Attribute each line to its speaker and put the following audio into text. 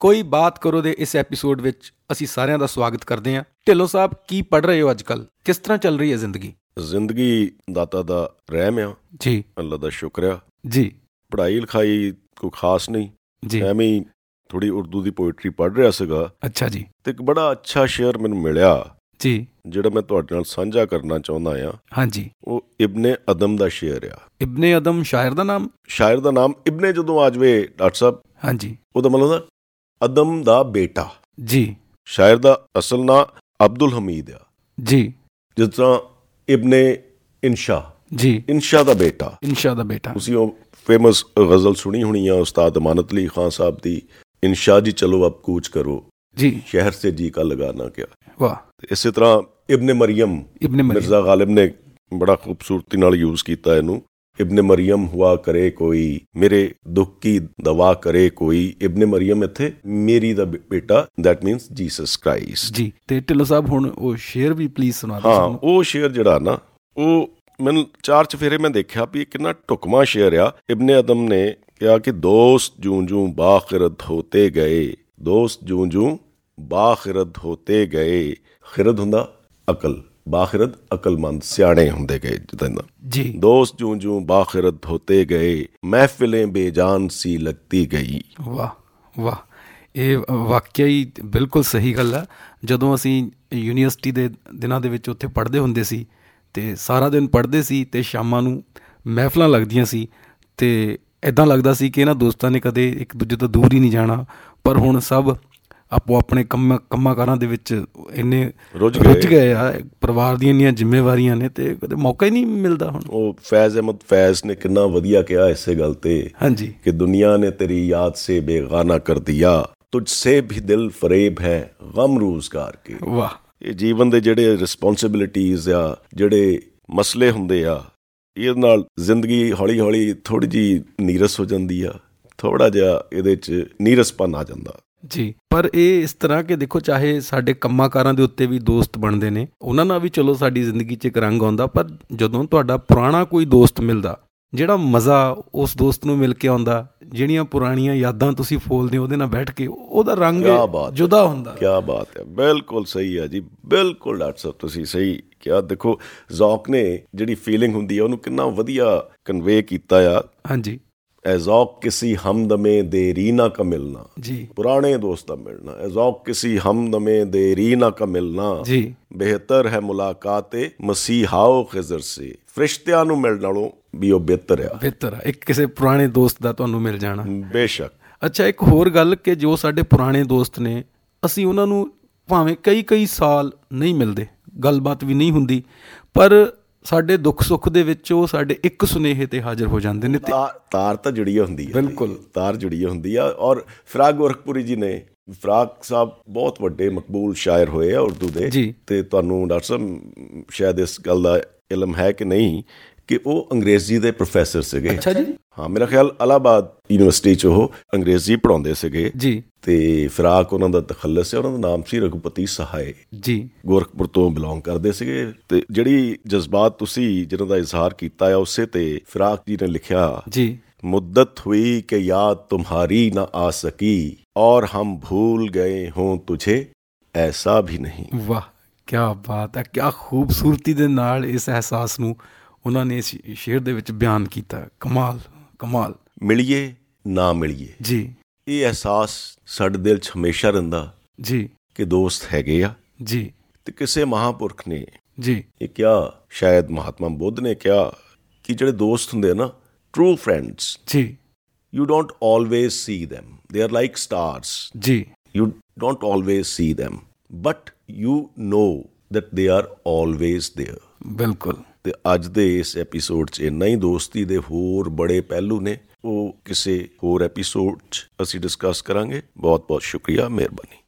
Speaker 1: ਕੋਈ ਬਾਤ ਕਰੋ ਦੇ ਇਸ ਐਪੀਸੋਡ ਵਿੱਚ ਅਸੀਂ ਸਾਰਿਆਂ ਦਾ ਸਵਾਗਤ ਕਰਦੇ ਹਾਂ ਢਿੱਲੋਂ ਸਾਹਿਬ ਕੀ ਪੜ ਰਹੇ ਹੋ ਅੱਜਕੱਲ ਕਿਸ ਤਰ੍ਹਾਂ ਚੱਲ ਰਹੀ ਹੈ ਜ਼ਿੰਦਗੀ
Speaker 2: ਜ਼ਿੰਦਗੀ ਦਾਤਾ ਦਾ ਰਹਿਮ ਆ
Speaker 1: ਜੀ
Speaker 2: ਅੱਲਾ ਦਾ ਸ਼ੁਕਰ ਆ
Speaker 1: ਜੀ
Speaker 2: ਪੜ੍ਹਾਈ ਲਿਖਾਈ ਕੋਈ ਖਾਸ ਨਹੀਂ
Speaker 1: ਜੀ
Speaker 2: ਐਵੇਂ ਹੀ ਥੋੜੀ ਉਰਦੂ ਦੀ ਪੋਇਟਰੀ ਪੜ੍ਹ ਰਿਹਾ ਸੀਗਾ
Speaker 1: ਅੱਛਾ ਜੀ
Speaker 2: ਤੇ ਇੱਕ ਬੜਾ ਅੱਛਾ ਸ਼ੇਅਰ ਮੈਨੂੰ ਮਿਲਿਆ
Speaker 1: ਜੀ
Speaker 2: ਜਿਹੜਾ ਮੈਂ ਤੁਹਾਡੇ ਨਾਲ ਸਾਂਝਾ ਕਰਨਾ ਚਾਹੁੰਦਾ ਆ
Speaker 1: ਹਾਂਜੀ
Speaker 2: ਉਹ ਇਬਨ ਅਦਮ ਦਾ ਸ਼ੇਅਰ ਆ
Speaker 1: ਇਬਨ ਅਦਮ ਸ਼ਾਇਰ ਦਾ ਨਾਮ
Speaker 2: ਸ਼ਾਇਰ ਦਾ ਨਾਮ ਇਬਨ ਜਦੋਂ ਆਜਵੇ ਡਾਕਟਰ ਸਾਹਿਬ
Speaker 1: ਹਾਂਜੀ
Speaker 2: ਉਹਦਾ ਮਤਲਬ ਹੁੰਦਾ ਅਦਮ ਦਾ ਬੇਟਾ
Speaker 1: ਜੀ
Speaker 2: ਸ਼ਾਇਰ ਦਾ ਅਸਲ ਨਾਂ ਅਬਦੁਲ ਹਮੀਦ ਆ
Speaker 1: ਜੀ
Speaker 2: ਜਿਸ ਤਰ੍ਹਾਂ ਇਬਨ ਇਨਸ਼ਾ
Speaker 1: ਜੀ
Speaker 2: ਇਨਸ਼ਾ ਦਾ ਬੇਟਾ
Speaker 1: ਇਨਸ਼ਾ ਦਾ ਬੇਟਾ
Speaker 2: ਤੁਸੀਂ ਉਹ ਫੇਮਸ ਗ਼ਜ਼ਲ ਸੁਣੀ ਹੋਣੀ ਆ ਉਸਤਾਦ ਅਮਾਨਤ ਅਲੀ ਖਾਨ ਸਾਹਿਬ ਦੀ ਇਨਸ਼ਾ ਜੀ ਚਲੋ ਆਪ ਕੂਚ ਕਰੋ
Speaker 1: ਜੀ
Speaker 2: ਸ਼ਹਿਰ ਸੇ ਜੀ ਕਾ ਲਗਾਨਾ ਕਿਆ
Speaker 1: ਵਾਹ
Speaker 2: ਤੇ ਇਸੇ ਤਰ੍ਹਾਂ ਇਬਨ ਮਰੀਮ
Speaker 1: ਇਬਨ ਮਰੀਮ
Speaker 2: ਮਿਰਜ਼ਾ ਗਾਲਿਬ ਨੇ ਬੜਾ ਖੂਬਸੂਰਤੀ ਨਾਲ ਯੂਜ਼ ਕੀਤਾ ਇਹਨੂੰ ਇਬਨ ਮਰੀਮ ਹੁਆ ਕਰੇ ਕੋਈ ਮੇਰੇ ਦੁੱਖ ਕੀ ਦਵਾ ਕਰੇ ਕੋਈ ਇਬਨ ਮਰੀਮ ਇੱਥੇ ਮੇਰੀ ਦਾ ਬੇ- ਬੇਟਾ that means ਜੀਸਸ ਕ੍ਰਾਈਸਟ
Speaker 1: ਜੀ ਤੇ ਢਿੱਲੋਂ ਸਾਹਿਬ ਹੁਣ ਉਹ ਸ਼ੇਰ ਵੀ ਪਲੀਜ਼ ਸੁਣਾ ਦਿਓ
Speaker 2: ਹਾਂ
Speaker 1: ਸਾਨੂੰ
Speaker 2: ਉਹ ਸ਼ੇਰ ਜਿਹੜਾ ਨਾ ਉਹ ਮੈਨੂੰ ਚਾਰ ਚਫੇਰੇ ਮੈਂ ਦੇਖਿਆ ਵੀ ਇਹ ਕਿੰਨਾ ਢੁਕਵਾਂ ਸ਼ੇਰ ਆ ਇਬਨ ਅਦਮ ਨੇ ਕਿਹਾ ਕਿ ਦੋਸਤ ਜੂੰ ਜੂੰ ਬਾਖਿਰਤ ਹੋਤੇ ਗਏ ਦੋਸਤ ਜੂੰ ਜੂੰ ਬਾਖਿਰਤ ਹੋਤੇ ਗਏ ਖਿਰਦ ਹੁੰਦਾ ਅਕਲ ਬਾਖਿਰਤ ਅਕਲਮੰਦ ਸਿਆਣੇ ਹੁੰਦੇ ਗਏ ਜਿੱਦਾਂ ਦਾ
Speaker 1: ਜੀ
Speaker 2: दोस्त जूं जूं बाखिरत होते गए महफिलें बेजान सी लगती गई
Speaker 1: ਵਾਹ ਵਾਹ ਇਹ ਵਾਕਿਆ ਹੀ ਬਿਲਕੁਲ ਸਹੀ ਗੱਲ ਆ ਜਦੋਂ ਅਸੀਂ ਯੂਨੀਵਰਸਿਟੀ ਦੇ ਦਿਨਾਂ ਦੇ ਵਿੱਚ ਉੱਥੇ ਪੜ੍ਹਦੇ ਹੁੰਦੇ ਸੀ ਤੇ ਸਾਰਾ ਦਿਨ ਪੜ੍ਹਦੇ ਸੀ ਤੇ ਸ਼ਾਮਾਂ ਨੂੰ ਮਹਿਫਲਾਂ ਲੱਗਦੀਆਂ ਸੀ ਤੇ ਇਦਾਂ ਲੱਗਦਾ ਸੀ ਕਿ ਇਹਨਾਂ ਦੋਸਤਾਂ ਨੇ ਕਦੇ ਇੱਕ ਦੂਜੇ ਤੋਂ ਦੂਰ ਹੀ ਨਹੀਂ ਜਾਣਾ ਪਰ ਹੁਣ ਸਭ ਆਪੋ ਆਪਣੇ ਕੰਮ ਕੰਮਾਂ ਕਾਰਾਂ ਦੇ ਵਿੱਚ ਇੰਨੇ
Speaker 2: ਰੁੱਝ ਗਏ।
Speaker 1: ਗਏ ਆ ਪਰਿਵਾਰ ਦੀਆਂ ਇੰਨੀਆਂ ਜ਼ਿੰਮੇਵਾਰੀਆਂ ਨੇ ਤੇ ਕਦੇ ਮੌਕਾ ਹੀ ਨਹੀਂ ਮਿਲਦਾ ਹੁਣ
Speaker 2: ਉਹ ਫੈਜ਼ ਅਹਿਮਦ ਫੈਜ਼ ਨੇ ਕਿੰਨਾ ਵਧੀਆ ਕਿਹਾ ਇਸੇ ਗੱਲ ਤੇ
Speaker 1: ਹਾਂਜੀ
Speaker 2: ਕਿ ਦੁਨੀਆ ਨੇ ਤੇਰੀ ਯਾਦ ਸੇ ਬੇਗਾਨਾ ਕਰ ਦਿਆ ਤੁਝ ਸੇ ਵੀ ਦਿਲ ਫਰੇਬ ਹੈ ਗਮ ਰੋਜ਼ਗਾਰ ਕੇ
Speaker 1: ਵਾਹ
Speaker 2: ਇਹ ਜੀਵਨ ਦੇ ਜਿਹੜੇ ਰਿਸਪੌਂਸਿਬਿਲਿਟੀਆਂ ਆ ਜਿਹੜੇ ਮਸਲੇ ਹੁੰਦੇ ਆ ਇਹਦੇ ਨਾਲ ਜ਼ਿੰਦਗੀ ਹੌਲੀ ਹੌਲੀ ਥੋੜੀ ਜੀ ਨੀਰਸ ਹੋ ਜਾਂਦੀ ਆ ਥੋੜਾ ਜਿਹਾ ਇਹਦੇ 'ਚ ਨੀਰਸਪਨ ਆ ਜਾਂਦਾ
Speaker 1: ਜੀ ਪਰ ਇਹ ਇਸ ਤਰ੍ਹਾਂ ਕਿ ਦੇਖੋ ਚਾਹੇ ਸਾਡੇ ਕੰਮਾਂ ਕਾਰਾਂ ਦੇ ਉੱਤੇ ਵੀ ਦੋਸਤ ਬਣਦੇ ਨੇ ਉਹਨਾਂ ਨਾਲ ਵੀ ਚਲੋ ਸਾਡੀ ਜ਼ਿੰਦਗੀ 'ਚ ਇੱਕ ਰੰਗ ਆਉਂਦਾ ਪਰ ਜਦੋਂ ਤੁਹਾਡਾ ਪੁਰਾਣਾ ਕੋਈ ਦੋਸਤ ਮਿਲਦਾ ਜਿਹੜਾ ਮਜ਼ਾ ਉਸ ਦੋਸਤ ਨੂੰ ਮਿਲ ਕੇ ਆਉਂਦਾ ਜਿਹੜੀਆਂ ਪੁਰਾਣੀਆਂ ਯਾਦਾਂ ਤੁਸੀਂ ਫੋਲਦੇ ਹੋ ਉਹਦੇ ਨਾਲ ਬੈਠ ਕੇ ਉਹਦਾ ਰੰਗ
Speaker 2: ਕਿਆ ਬਾਤ।
Speaker 1: ਜੁਦਾ ਹੁੰਦਾ
Speaker 2: ਕਿਆ ਬਾਤ ਹੈ ਬਿਲਕੁਲ ਸਹੀ ਹੈ ਜੀ ਬਿਲਕੁਲ ਡਾਕਟਰ ਸਾਹਿਬ ਤੁਸੀਂ ਸਹੀ ਕਿਹਾ ਦੇਖੋ ਜ਼ੌਕ ਨੇ ਜਿਹੜੀ ਫੀਲਿੰਗ ਹੁੰਦੀ ਹੈ ਉਹਨੂੰ ਕਿੰਨਾ ਵਧੀਆ ਕਨਵੇ ਕੀਤਾ ਆ
Speaker 1: ਹਾਂਜੀ
Speaker 2: ਐ ਜ਼ੌਕ ਕਿਸੇ ਹਮਦਮੇ ਦੇਰੀਨਾ ਕਾ ਮਿਲਣਾ
Speaker 1: ਜੀ
Speaker 2: ਪੁਰਾਣੇ ਦੋਸਤ ਦਾ ਮਿਲਣਾ ਐ ਜ਼ੌਕ ਕਿਸੇ ਹਮਦਮੇ ਦੇਰੀਨਾ ਕਾ ਮਿਲਣਾ
Speaker 1: ਜੀ
Speaker 2: ਬਿਹਤਰ ਹੈ ਮੁਲਾਕਾਤ ਮਸੀਹਾਓ ਖਜ਼ਰ ਸੇ ਫਰਿਸ਼ਤਿਆਂ ਨੂੰ ਮਿਲਣ ਨਾਲੋਂ ਵੀ ਉਹ ਬਿਹਤਰ ਆ
Speaker 1: ਬਿਹਤਰ ਆ ਇੱਕ ਕਿਸੇ ਪੁਰਾਣੇ ਦੋਸਤ ਦਾ ਤੁਹਾਨੂੰ ਮਿਲ ਜਾਣਾ
Speaker 2: ਬੇਸ਼ੱਕ
Speaker 1: ਅੱਛਾ ਇੱਕ ਹੋਰ ਗੱਲ ਕਿ ਜੋ ਸਾਡੇ ਪੁਰਾਣੇ ਦੋਸਤ ਨੇ ਅਸੀਂ ਉਹਨਾਂ ਨੂੰ ਭਾਵੇਂ ਕਈ ਕਈ ਸਾਲ ਨਹੀਂ ਮਿਲਦੇ ਗੱਲਬਾਤ ਵੀ ਨਹੀਂ ਹੁੰਦੀ ਪਰ ਸਾਡੇ ਦੁੱਖ ਸੁੱਖ ਦੇ ਵਿੱਚ ਉਹ ਸਾਡੇ ਇੱਕ ਸੁਨੇਹੇ ਤੇ ਹਾਜ਼ਰ ਹੋ ਜਾਂਦੇ ਨੇ ਤੇ
Speaker 2: ਤਾ- ਤਾਰ ਤਾਂ ਜੁੜੀ ਹੁੰਦੀ ਹੈ
Speaker 1: ਬਿਲਕੁਲ।
Speaker 2: ਤਾਰ ਜੁੜੀ ਹੁੰਦੀ ਆ ਔਰ ਫਰਾਗ ਗੋਰਖਪੁਰੀ ਜੀ ਨੇ ਫਰਾਗ ਸਾਹਿਬ ਬਹੁਤ ਵੱਡੇ ਮਕਬੂਲ ਸ਼ਾਇਰ ਹੋਏ ਆ ਉਰਦੂ
Speaker 1: ਜੀ।
Speaker 2: ਦੇ ਤੇ ਤੁਹਾਨੂੰ ਡਾਕਟਰ ਸਾਹਿਬ ਸ਼ਾਇਦ ਇਸ ਗੱਲ ਦਾ ਇਲਮ ਹੈ ਕਿ ਨਹੀਂ ਕਿ ਉਹ ਅੰਗਰੇਜ਼ੀ ਦੇ ਪ੍ਰੋਫੈਸਰ ਸੀਗੇ
Speaker 1: ਅੱਛਾ ਜੀ
Speaker 2: ਹਾਂ ਮੇਰਾ ਖਿਆਲ ਅਲਾਹਾਬਾਦ ਯੂਨੀਵਰਸਿਟੀ ਚ ਉਹ ਅੰਗਰੇਜ਼ੀ ਪੜਾਉਂਦੇ ਸੀਗੇ
Speaker 1: ਜੀ
Speaker 2: ਤੇ ਫਰਾਕ ਉਹਨਾਂ ਦਾ ਤਖੱਲਸ ਹੈ ਉਹਨਾਂ ਦਾ ਨਾਮ ਸੀ ਰਘੁਪਤੀ ਸਹਾਏ
Speaker 1: ਜੀ
Speaker 2: ਗੋਰਖਪੁਰ ਤੋਂ ਬਿਲੋਂਗ ਕਰਦੇ ਸੀਗੇ ਤੇ ਜਿਹੜੀ ਜਜ਼ਬਾਤ ਤੁਸੀਂ ਜਿਹਨਾਂ ਦਾ ਇਜ਼ਹਾਰ ਕੀਤਾ ਆ ਉਸੇ ਤੇ ਫਰਾਕ ਜੀ ਨੇ ਲਿਖਿਆ
Speaker 1: ਜੀ
Speaker 2: मुद्दत हुई कि याद तुम्हारी न आ सकी और हम भूल गए हों तुझे ऐसा भी नहीं
Speaker 1: ਵਾਹ ਕੀ ਬਾਤ ਹੈ ਕੀ ਖੂਬਸੂਰਤੀ ਦੇ ਨਾਲ ਇਸ ਅਹਿਸਾਸ ਨੂੰ ਉਹਨਾਂ ਨੇ ਇਸ ਸ਼ੇਰ ਦੇ ਵਿੱਚ ਬਿਆਨ ਕੀਤਾ ਕਮਾਲ ਕਮਾਲ
Speaker 2: ਮਿਲਿਏ ਨਾ ਮਿਲਿਏ
Speaker 1: ਜੀ
Speaker 2: ਇਹ ਅਹਿਸਾਸ ਸਾਡੇ ਦਿਲ 'ਚ ਹਮੇਸ਼ਾ ਰਹਿੰਦਾ
Speaker 1: ਜੀ
Speaker 2: ਕਿ ਦੋਸਤ ਹੈਗੇ ਆ
Speaker 1: ਜੀ
Speaker 2: ਤੇ ਕਿਸੇ ਮਹਾਪੁਰਖ ਨੇ
Speaker 1: ਜੀ
Speaker 2: ਇਹ ਕਿਹਾ ਸ਼ਾਇਦ ਮਹਾਤਮਾ ਬੁੱਧ ਨੇ ਕਿਹਾ ਕਿ ਜਿਹੜੇ ਦੋਸਤ ਹੁੰਦੇ ਆ ਨਾ ਟਰੂ ਫਰੈਂਡਸ
Speaker 1: ਜੀ
Speaker 2: you don't always see them they are like stars
Speaker 1: ਜੀ
Speaker 2: you don't always see them but you know that they are always there
Speaker 1: ਬਿਲਕੁਲ
Speaker 2: ਤੇ ਅੱਜ ਦੇ ਇਸ ਐਪੀਸੋਡ 'ਚ ਇੰਨਾ ਹੀ ਦੋਸਤੀ ਦੇ ਹੋਰ ਬੜੇ ਪਹਿਲੂ ਨੇ ਉਹ ਕਿਸੇ ਹੋਰ ਐਪੀਸੋਡ 'ਚ ਅਸੀਂ ਡਿਸਕਸ ਕਰਾਂਗੇ ਬਹੁਤ ਬਹੁਤ ਸ਼ੁਕਰੀਆ ਮਿਹਰਬਾਨੀ